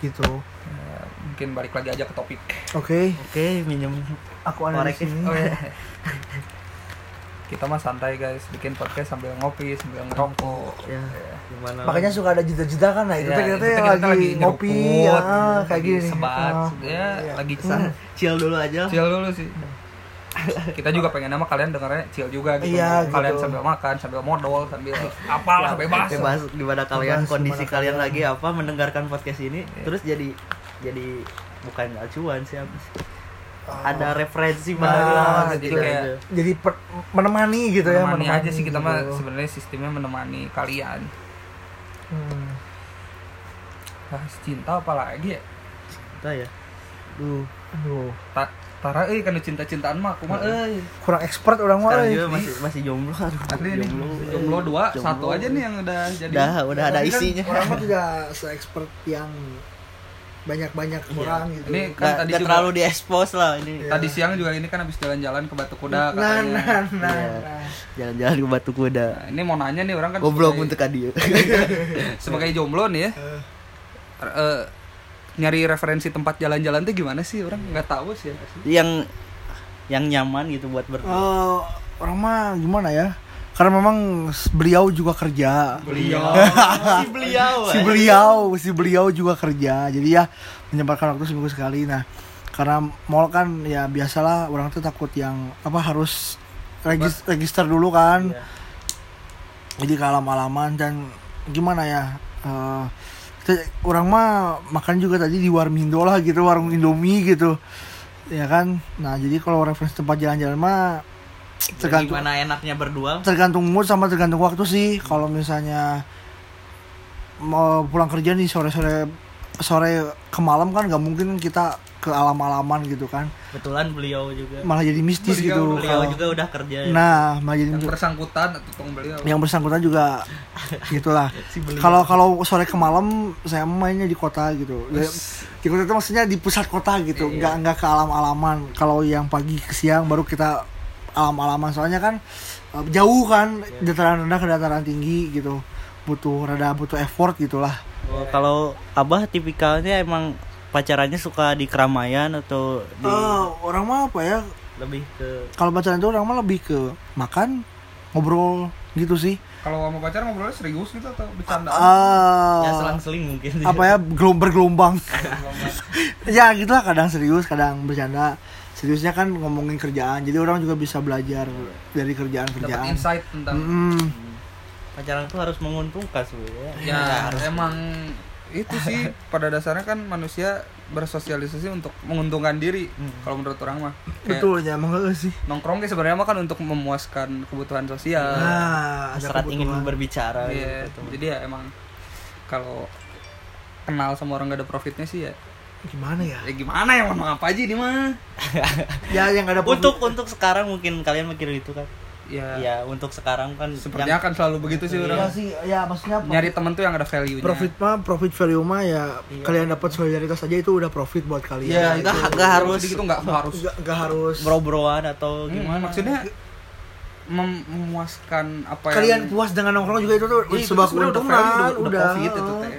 C: Gitu.
B: Ya, mungkin balik lagi aja ke topik.
C: Oke,
A: oke minjem
C: aku ada di
A: Korek ya.
C: sini.
B: Oh, iya. kita mah santai guys, bikin podcast sambil ngopi, sambil ngerokok.
A: ya gimana
C: Makanya suka ada jeda-jeda kan nah itu
B: Ya,
C: teh
B: itu
C: kita teh
B: kita
C: lagi, ngopi ya kayak
B: lagi
C: gini nih.
B: Sebat,
C: Ah.
B: ya, lagi
A: Sa- chill dulu aja
B: chill dulu sih kita juga pengen nama kalian dengarnya chill juga gitu
C: Iya,
B: kalian
C: gitu. Iya.
B: sambil makan sambil modal sambil apalah
A: Ah,
B: bebas
A: bebas gimana kalian
C: Bebas,
A: kondisi
C: gimana
A: kalian
C: kalian. Iya.
A: lagi apa mendengarkan podcast ini terus jadi jadi bukan acuan sih apa sih? ada referensi baru
C: Nah,
A: gitu
B: jadi kayak
A: aja.
C: jadi per- menemani gitu ya
B: menemani aja sih kita mah
C: gitu.
B: sebenarnya sistemnya menemani kalian
C: Hmm.
B: bahas Nah, cinta apalagi ya
A: Entah ya duh
C: aduh
B: Ta- Tara euy kan cinta cintaan mah aku mah eh, euy
C: kurang expert orang mah
A: sekarang
C: eh.
A: juga masih masih jomblo aduh
B: asli nih jomblo dua satu aja nih yang udah jadi
A: udah udah ada
C: Tapi kan
A: isinya
C: orang mah tidak se expert yang banyak banyak orang gitu
B: ini kan
A: nggak
B: tadi
A: nggak
B: juga
A: terlalu diekspos lah ini
C: Iya.
A: Iya.
B: tadi siang juga ini kan habis jalan-jalan ke Batu
C: nah
B: Kuda
C: nah
B: katanya.
C: nah, nah.
A: jalan-jalan ke batu kuda
B: Nah, ini mau nanya nih orang kan
A: goblok
B: sebagai-
C: iya.
A: untuk dia
B: sebagai jomblo nih ya r- eh, nyari referensi tempat jalan-jalan tuh gimana sih orang nggak tahu sih ya.
A: yang yang nyaman gitu buat ber
C: Eh, orang mah gimana ya karena memang beliau juga kerja
B: beliau
A: Iya. si beliau
C: Oh.
A: eh.
C: si beliau si beliau juga kerja jadi ya menyempatkan waktu seminggu sekali nah karena mall kan ya biasalah orang tuh takut yang apa harus regis- register dulu kan
A: Iya.
C: jadi kalau malaman dan gimana ya eh, kita- orang mah makan juga tadi di warmindo lah gitu warung indomie gitu ya kan nah jadi kalau referensi tempat jalan-jalan mah
A: Tergantung.
C: tergantung
A: Gimana enaknya berdua?
C: tergantung mood sama tergantung waktu sih kalau misalnya mau pulang kerja nih sore-sore sore ke malam kan nggak mungkin kita ke alam-alaman gitu kan
A: Kebetulan beliau juga.
C: malah jadi mistis
B: Beliau-
C: gitu
A: Beliau
C: kalau-
A: juga udah kerja. ya.
C: nah malah jadi
B: yang bersangkutan atau tong beliau
C: yang bersangkutan juga gitulah
B: si beliau
C: kalau kalau sore ke malam saya mainnya di kota gitu Ya, di kota itu maksudnya di pusat kota gitu
B: Iya.
C: nggak nggak ke alam-alaman kalau yang pagi ke siang baru kita alam-alaman soalnya kan eh, jauh kan
B: Iya.
C: dataran rendah ke dataran tinggi gitu butuh rada butuh effort gitulah
A: Oh, Kalau Abah tipikalnya emang pacarannya suka di keramaian atau di
B: Iya. Oh.
C: Eh, orang mah apa ya
A: lebih ke
C: kalau pacaran itu orang mah lebih ke makan ngobrol gitu sih
B: kalau sama pacar ngobrolnya serius gitu atau bercanda Oh.
C: Eh,
A: ya selang-seling mungkin.
C: apa ya gelom- bergelombang ya gitulah kadang serius kadang bercanda seriusnya kan ngomongin kerjaan jadi orang juga bisa belajar dari Hmm, kerjaan
B: dapat
C: kerjaan
B: insight tentang
A: Pacaran tuh harus menguntungkan sebenarnya.
B: ya emang itu sih pada dasarnya kan manusia bersosialisasi untuk menguntungkan diri kalau menurut orang mah Kayak
C: betul ya emang heeh sih
B: nongkrong kayak sebenarnya mah kan untuk memuaskan kebutuhan sosial
C: nah ada
A: Hasrat ingin
C: kebutuhan.
A: berbicara
B: Iya,
A: gitu. teman.
B: jadi ya emang kalau kenal sama orang gak ada profitnya sih ya
C: gimana ya
B: ya gimana ya mau apa aja ini mah
C: ya yang nggak ada profit-
A: Untuk untuk sekarang mungkin kalian mikir itu kan.
B: ya,
A: Ya, untuk sekarang kan yang-
B: sepertinya akan selalu begitu sih
C: ya
B: orang
C: sih ya maksudnya profit-
B: nyari temen tuh yang ada value nya
C: profit mah profit value mah ya
A: Iya.
C: kalian dapat solidaritas aja itu udah profit buat kalian
B: ya
A: nggak-
B: itu nggak
A: nggak
B: harus
A: harus. Iya.
B: gitu nggak harus
C: nggak nggak harus
A: bro-broan atau
B: Hmm,
A: gimana?
B: maksudnya mem- memuaskan apa
C: kalian
B: yang
C: puas dengan nongkrong juga itu tuh
B: Iya, itu sebenarnya
C: sebuah
B: udah value,
C: keuntungan
B: udah, udah profit itu Iya. teh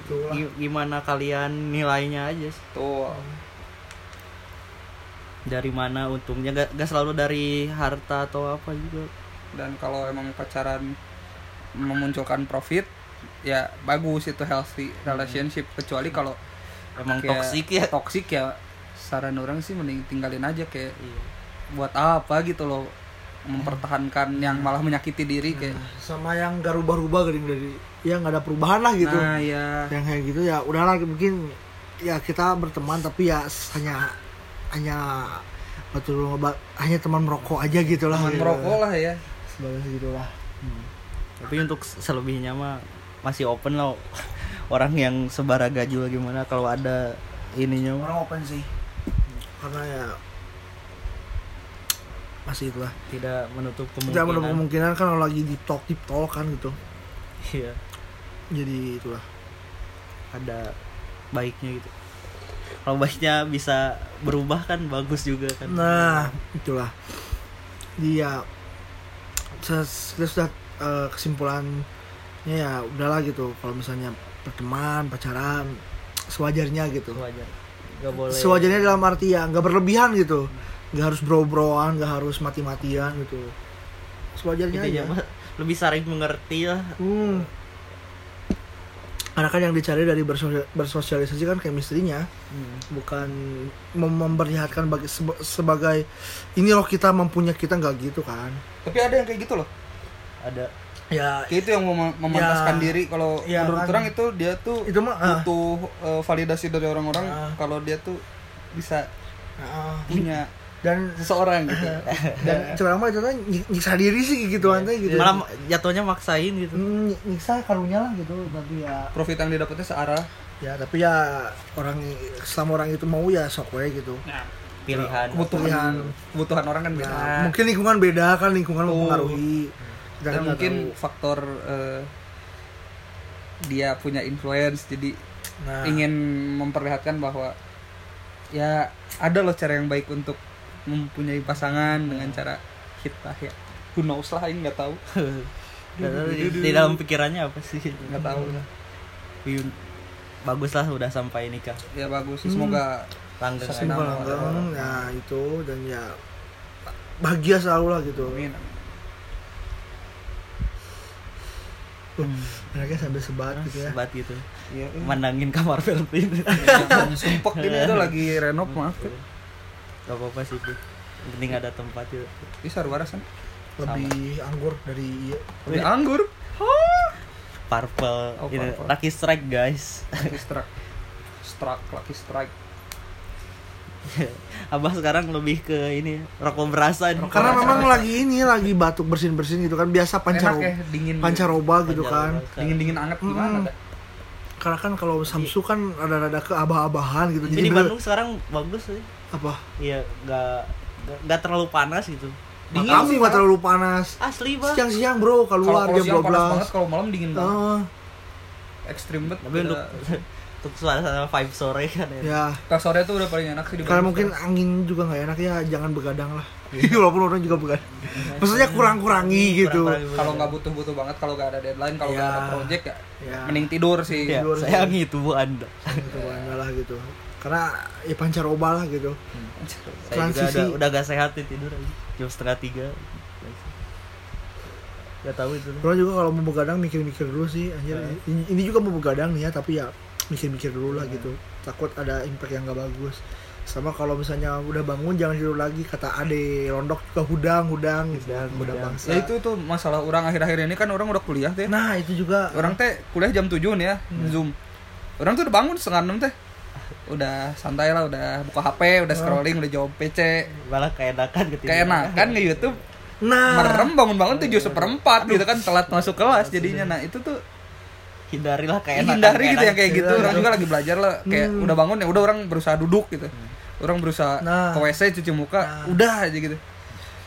C: gitu lah
A: Gi- gimana kalian nilainya aja sih.
B: tuh
A: dari mana untungnya gak, gak selalu dari harta atau apa juga
B: dan kalau emang pacaran memunculkan profit ya bagus itu healthy relationship kecuali kalau
A: emang
B: kayak
A: toksik ya
B: toksik ya saran orang sih mending tinggalin aja kayak
A: Iya.
B: buat apa gitu loh mempertahankan yang malah menyakiti diri kayak "Nah,
C: sama yang gak rubah-rubah gering dari ya nggak ada perubahan lah gitu
B: nah ya
C: yang kayak gitu ya udahlah mungkin ya kita berteman tapi ya hanya hanya betul hanya teman merokok aja gitu lah
B: teman
C: gitu.
B: merokok lah ya
C: sebagai segitulah
A: tapi untuk selebihnya mah masih open loh orang yang sebara gajul gimana kalau ada ininya mah.
C: orang open sih karena ya masih itulah
A: tidak menutup kemungkinan
C: tidak menutup kemungkinan kan kalau lagi di talk di talk kan gitu
A: iya
C: jadi itulah
A: ada baiknya gitu kalau baiknya bisa berubah kan bagus juga kan
C: Nah, itulah dia ses- kita sudah eh, kesimpulannya ya udahlah gitu. Kalau misalnya berteman, pacaran sewajarnya gitu.
A: wajar nggak boleh
C: Sewajarnya dalam arti ya nggak berlebihan gitu. Nggak harus bro-broan, nggak harus mati-matian gitu. Sewajarnya
A: gitu aja
C: aja.
A: mah. lebih saling mengerti lah
C: Hmm. Karena kan yang dicari dari bersosia- bersosialisasi kan chemistry-nya
A: Hmm,
C: bukan mem- memperlihatkan bagi, seba- sebagai ini loh kita mempunyai kita nggak gitu kan
B: tapi ada yang kayak gitu loh
A: ada
C: ya
B: kayak itu yang mem- memantaskan
C: Ya.
B: diri kalau
C: Ya,
B: menurut
C: kan.
B: orang itu dia tuh
C: itu mah ah,
B: butuh eh, validasi dari orang-orang
C: Ah.
B: kalau dia tuh bisa
C: ah,
B: punya
C: dan
B: seseorang gitu
C: dan sekarang mah itu kan nyik- nyiksa diri sih gitu antai gitu
A: malah jatuhnya maksain gitu
C: Hmm, nyik- nyiksa karunya lah gitu tapi ya
B: profit yang didapatnya searah
C: ya tapi ya orang selama orang itu mau ya sok we gitu
A: pilihan
B: kebutuhan kebutuhan orang kan
C: Ya,
B: beda
C: mungkin lingkungan beda kan lingkungan
B: Tuh.
C: mempengaruhi Kita kan
B: dan
C: nggak
B: mungkin
C: tahu.
B: faktor eh, dia punya influence jadi
C: nah,
B: ingin memperlihatkan bahwa ya ada loh cara yang baik untuk mempunyai pasangan dengan cara hitbah ya who knows lah ini nggak tahu
A: Nggak tahu di, di dalam pikirannya apa sih
B: nggak tahu lah
A: Yun- baguslah udah sampai nikah
B: ya bagus semoga
A: langgeng
B: Sesuai.
A: enak.
C: simpel
B: Nah,
C: kan. nah itu dan ya bahagia selalu lah gitu
B: amin
C: mereka Iya sambil sebat gitu ya
A: sebat gitu
B: ya, eh.
A: mandangin kamar Velvin
B: Jangan sumpek ini itu lagi renov maaf ya.
A: gak apa apa sih Pi. Yang penting ada tempat gitu
B: bisa warasan
C: lebih anggur dari iya.
B: lebih anggur
A: purple
B: Oh,
A: ini
B: purple.
A: lucky strike guys
B: Lucky strike strike lucky strike
A: abah sekarang lebih ke ini rokok berasa nih.
C: Karena
B: Rokok
C: memang
B: berasa.
C: lagi ini lagi batuk bersin-bersin gitu kan
B: Enak ya,
C: biasa pancaroba.
B: dingin
C: Pancaroba gitu
A: Pancaroba.
C: kan.
B: dingin dingin anget gimana
C: Mm-mm.
B: dah?
C: Karena kan kalau
B: Iya.
C: Samsu kan rada-rada keabah-abahan gitu.
A: Tapi di
C: bener-
A: Bandung sekarang bagus sih.
C: apa?
A: Iya, nggak nggak- nggak terlalu panas gitu.
B: Dingin
C: Kamu
B: sih,
C: nggak
B: Bang.
C: terlalu panas.
A: Asli bah.
C: Siang-siang
B: kan?
C: bro
B: Iya, kalau
C: keluar Ah.
B: kalau
C: jam
B: siang panas banget
C: 12.
B: kalau malam dingin banget
C: Heeh.
B: ekstrim banget
A: Tapi untuk untuk suasana vibe sore kan ya.
C: ya.
B: pas sore tuh udah paling enak sih di
C: Karena
B: Bandung
C: mungkin angin juga nggak enak ya, jangan begadang lah.
B: Iya.
C: Walaupun orang juga begadang. Maksudnya kurang-kurangi
A: Kurang-kurang
C: gitu.
B: sekarang.
A: gitu.
B: kalau nggak butuh butuh banget kalau nggak ada deadline kalau nggak
C: Ya.
B: ada project ya
C: Ya.
B: mending tidur sih
A: ya,
C: tidur
A: saya
C: sih.
A: gitu bu Anda.
C: Gitu, Wanda lah gitu. Karena ya pancaroba lah gitu.
B: Hmm.
A: Saya
C: Transisi.
A: juga udah, udah gak sehat nih tidur aja. Jam setengah tiga. Gak tahu itu.
C: Bro juga kalau mau begadang mikir-mikir dulu sih. Anjir, ini, ini juga mau begadang nih ya, tapi ya mikir-mikir dulu lah gitu. Takut ada impact yang gak bagus. Sama kalau misalnya udah bangun jangan tidur lagi kata Ade Rondok juga hudang hudang gitu.
A: Hudang,
C: Hudang
A: hudang.
C: bangsa.
B: ya itu tuh masalah orang akhir-akhir ini kan orang udah kuliah tuh ya.
C: Nah, Hmm. itu juga
B: orang teh kuliah jam 7 nih ya zoom orang tuh udah bangun setengah enam teh udah santai lah udah buka HP
C: Ah.
B: udah scrolling udah jawab PC
A: Malah keenakan ketiduran.
C: Iya.
B: keenakan nge YouTube
C: nah
B: merem bangun-bangun tujuh seperempat gitu kan telat masuk kelas jadinya nah itu tuh
A: Hindarilah keenakan.
B: hindari gitu
A: keenakan.
B: yang kayak gitu
C: Iya,
B: orang
C: iya.
B: juga lagi belajar lah kayak
C: Hmm.
B: udah bangun ya udah orang berusaha duduk gitu
A: Hmm.
B: orang berusaha
C: Nah.
B: ke WC cuci muka
C: Nah.
B: udah aja gitu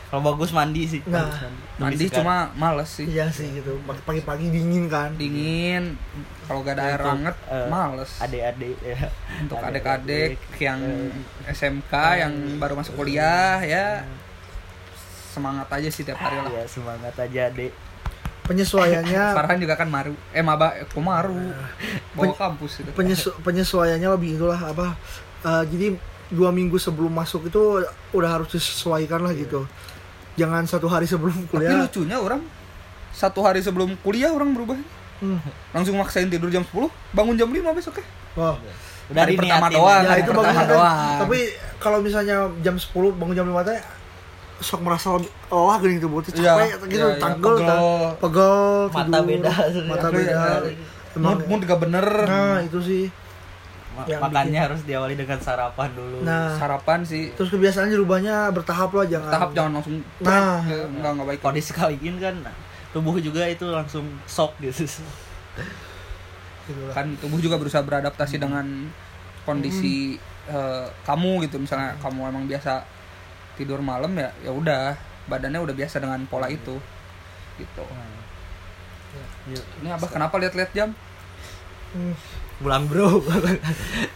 A: Kalau bagus mandi sih.
C: Nah.
A: Bagus mandi. Lebih
B: mandi
A: segar.
B: cuma males sih
C: iya sih gitu. Pagi-pagi dingin kan.
B: dingin kalau gak ada air
A: Untuk,
B: hangat
A: eh,
B: males
A: adik-adik ya.
B: untuk adik-adik yang
A: eh.
B: SMK yang baru masuk kuliah ya semangat aja sih tiap hari lah
A: ya semangat aja adik
C: Penyesuaiannya
B: Farhan juga kan maru eh maba eh, kok maru
C: Nah.
B: bawa kampus gitu
C: penyesu- penyesuaiannya lebih itulah apa eh, jadi dua minggu sebelum masuk itu udah harus disesuaikan lah gitu jangan satu hari sebelum
B: tapi
C: kuliah
B: lucunya orang satu hari sebelum kuliah orang berubah
C: Hmm.
B: langsung maksain tidur jam 10 bangun jam 5 besok ya
C: Wah,
A: udah
B: Hari pertama
A: diniatin
B: doang.
A: aja.
C: ya
B: Hari
C: itu
B: pertama
C: bagus kan.
B: Iya, doang.
C: Tapi kalau misalnya jam 10 bangun jam 5 teh sok merasa lebih lelah gini gitu buat capek
B: Iya,
C: atau
B: iya,
C: gitu
B: iya,
C: tanggel
B: pegel.
C: tah. pegel
A: Mata
C: tidur,
A: beda.
C: mata
B: Tapi,
C: beda
B: eh,
C: emang
B: mood mood gak bener
C: ya. nah itu sih
A: Ma-
C: Yang
A: makannya harus diawali dengan sarapan dulu
C: nah
B: sarapan sih
C: terus kebiasaan dirubahnya bertahap lah jangan
B: tahap jangan langsung
C: Nah.
B: nggak nggak baik
A: kalau disekaliin kan tubuh juga itu langsung shock gitu
C: gitu lah.
B: kan tubuh juga berusaha beradaptasi
C: Hmm.
B: dengan kondisi eh, kamu gitu misalnya kamu emang biasa tidur malam ya ya udah badannya udah biasa dengan pola itu gitu
A: Ya,
B: ini abah kenapa lihat-lihat jam
C: Hmm.
A: pulang bro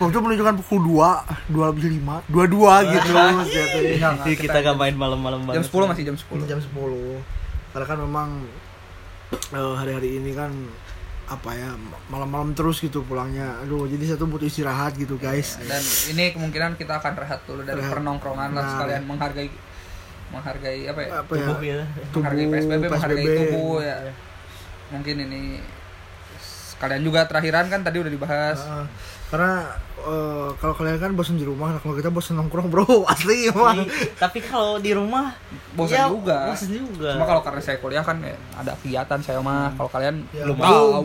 C: Waktu itu menunjukkan pukul 2, 2 lebih 5,
B: Iya.
C: 22 gitu jatuhnya.
B: Enggak,
A: Jadi
B: enggak,
A: kita gak main malam-malam
B: jam
A: banget
B: 10 masih jam 10
C: Jam 10 Karena kan memang eh, hari-hari ini kan apa ya malam-malam terus gitu pulangnya aduh jadi saya tuh butuh istirahat gitu guys
B: dan ini kemungkinan kita akan rehat dulu dari
C: Rehat.
B: pernongkrongan lah
C: Nah.
B: sekalian menghargai menghargai apa ya
C: apa
A: tubuh
C: ya
A: ya
B: menghargai
C: Tubuh,
B: PSBB, menghargai
C: PSBB.
B: tubuh ya. Mungkin ini sekalian juga terakhiran kan tadi udah dibahas.
C: Heeh. karena eh, kalau kalian kan bosan di rumah nah, kalau kita bosan nongkrong bro asli emang
A: Tapi- tapi kalau di rumah ya,
B: Bosan
C: Ya,
B: juga.
A: bosan juga
B: Cuma kalau karena saya kuliah kan ya, ada kegiatan saya mah. Kalau kalian
C: Ya,
B: belum
C: belum.
B: tahu.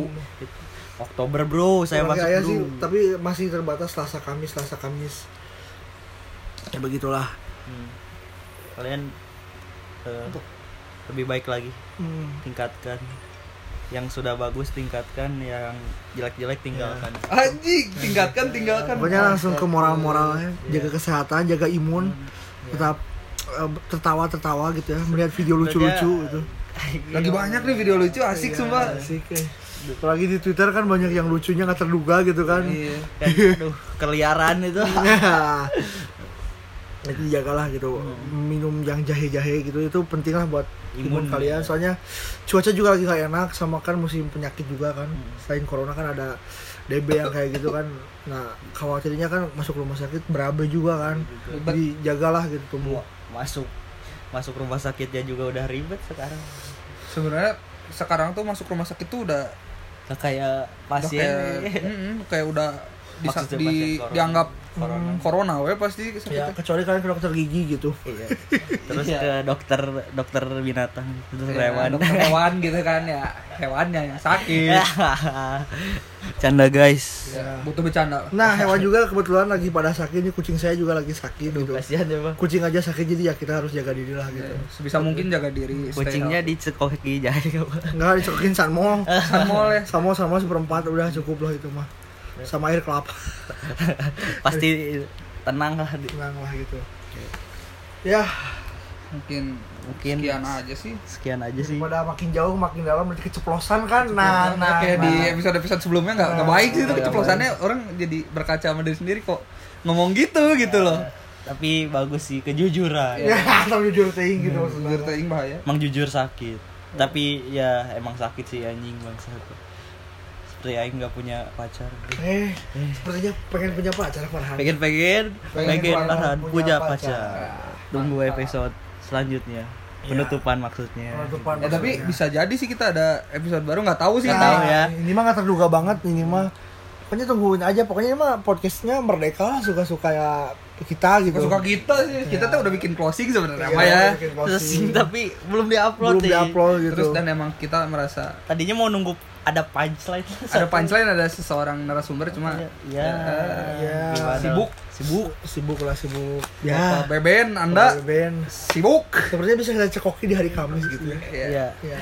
A: Oktober bro saya
C: Kurang
A: masuk
C: kaya
A: dulu
C: sih, tapi masih terbatas Selasa Kamis Selasa Kamis ya begitulah
A: Hmm. kalian eh, lebih baik lagi
C: Hmm.
A: tingkatkan yang sudah bagus tingkatkan yang jelek-jelek tinggalkan
B: Anjing, tinggalkan tinggalkan.
C: Pokoknya langsung ke moral-moralnya, jaga kesehatan, jaga imun, tetap eh, tertawa-tertawa gitu ya, melihat video lucu-lucu gitu.
B: Lagi banyak nih video lucu, asik sumpah.
C: Asik. eh. Apalagi di Twitter kan banyak yang lucunya nggak terduga gitu kan.
B: Iya.
A: Kan, aduh keliaran itu
C: Ya. Jadi jagalah gitu, minum yang jahe-jahe gitu itu penting lah buat
A: Imun,
C: imun,
A: ya.
C: kalian. Soalnya cuaca juga lagi gak enak, sama kan musim penyakit juga kan.
A: Hmm.
C: Selain corona kan ada DB yang kayak gitu kan. Nah khawatirnya kan masuk rumah sakit berabe juga kan. Jadi jagalah gitu tubuh.
A: masuk masuk rumah sakitnya juga udah ribet sekarang
B: Sebenarnya sekarang tuh masuk rumah sakit tuh udah
A: Gak Nah, kayak
B: udah
A: pasien
B: kayak, mm, mm, kayak udah di,
A: Maksudnya
B: di-
A: pasien corona.
B: dianggap mm,
A: corona
B: corona we pasti
C: ya
B: sakitnya.
C: kecuali kalian ke dokter gigi gitu
A: iya. Iya, terus
B: Iya.
A: ke dokter dokter binatang terus
B: Ya,
A: hewan Iya.
B: dokter hewan gitu kan ya hewannya yang sakit
A: canda guys
B: Ya, butuh bercanda
C: nah hewan juga kebetulan lagi pada sakit nih kucing saya juga lagi sakit gitu
A: kasihan ya bang
C: kucing aja sakit jadi ya kita harus jaga diri lah gitu
B: Ya, sebisa mungkin jaga diri stay
A: kucingnya
B: healthy.
A: dicekoki jahe Bang.
C: nggak dicokokin sanmol
B: Sanmol ya.
C: sanmol sama seperempat udah cukup lah itu mah sama air kelapa
A: pasti tenang lah di-
C: tenang lah gitu ya
B: mungkin
A: mungkin
B: sekian aja sih
A: sekian aja Iya sih
C: pada makin jauh makin dalam berarti keceplosan kan nah nah,
B: Ya, kayak di
C: nah.
B: episode episode sebelumnya nggak nggak
C: Nah.
B: baik sih itu
A: Nggak
B: keceplosannya orang jadi berkaca sama diri sendiri kok ngomong gitu gitu loh
C: Iya.
A: tapi bagus sih kejujuran
C: ya tapi jujur ting gitu maksudnya
B: Jujur teing bahaya
A: emang jujur sakit tapi ya emang sakit sih anjing bangsa seperti aing nggak punya pacar
C: eh sepertinya pengen punya pacar Farhan
A: pengen pengen
B: Pengen
A: pengen
C: Farhan
A: Farhan
C: punya
A: punya pacar tunggu episode selanjutnya penutupan maksudnya
C: penutupan
B: ya tapi
C: maksudnya.
B: bisa jadi sih kita ada episode baru nggak tahu sih
A: Nggak
C: Nah,
A: tahu ya.
C: ini mah nggak terduga banget ini mah pokoknya tungguin aja pokoknya ini mah podcastnya merdeka lah suka suka ya kita gitu
B: suka kita sih kita tuh udah bikin closing sebenarnya apa
C: Iya,
B: ya
C: bikin
A: terus
C: posting.
A: tapi belum diupload
C: belum
A: sih
C: diupload gitu
B: terus dan emang kita merasa
A: tadinya mau nunggu ada punchline
B: ada punchline ada seseorang narasumber cuma Eh,
A: ya,
C: Ya.
A: Gimana?
B: Sibuk.
A: sibuk
C: sibuk lah sibuk
B: Bapak
C: ya
B: Beben Anda
C: Ben
B: sibuk
C: sepertinya bisa kita cekoki di hari Kamis gitu ya
B: ya.
A: ya
C: ya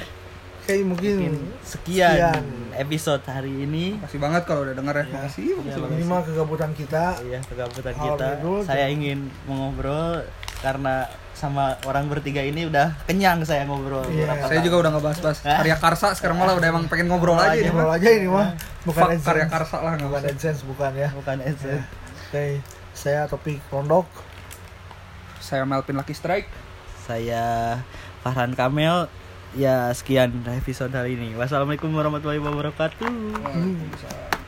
C: kayak mungkin
A: mungkin sekian,
C: Sekian.
A: episode hari ini
B: Makasih banget kalau udah denger ya.
C: Iya.
B: Makasih.
A: Ya,
B: makasih banget.
C: ini mah kegabutan kita
A: Iya, kegabutan
C: Awal
A: kita.
C: dulu.
A: Saya ingin mengobrol karena sama orang bertiga ini udah kenyang saya ngobrol.
C: Iya.
A: Berapa
B: Saya
A: kali.
B: juga udah nggak bahas-bahas karya Karsa sekarang malah udah emang pengen ngobrol aja ini
C: ngobrol
B: mah.
C: aja ini mah bukan
B: Fuck
C: AdSense.
B: karya Karsa lah nggak
C: bukan
B: usah.
C: AdSense bukan ya
A: bukan
B: Iya.
A: essay.
C: oke saya topik Rondok
B: Saya Melvin Lucky Strike.
A: Saya Farhan Kamel. Ya, sekian episode hari ini. Wassalamualaikum warahmatullahi wabarakatuh.
C: Hmm.
B: Waalaikumsalam.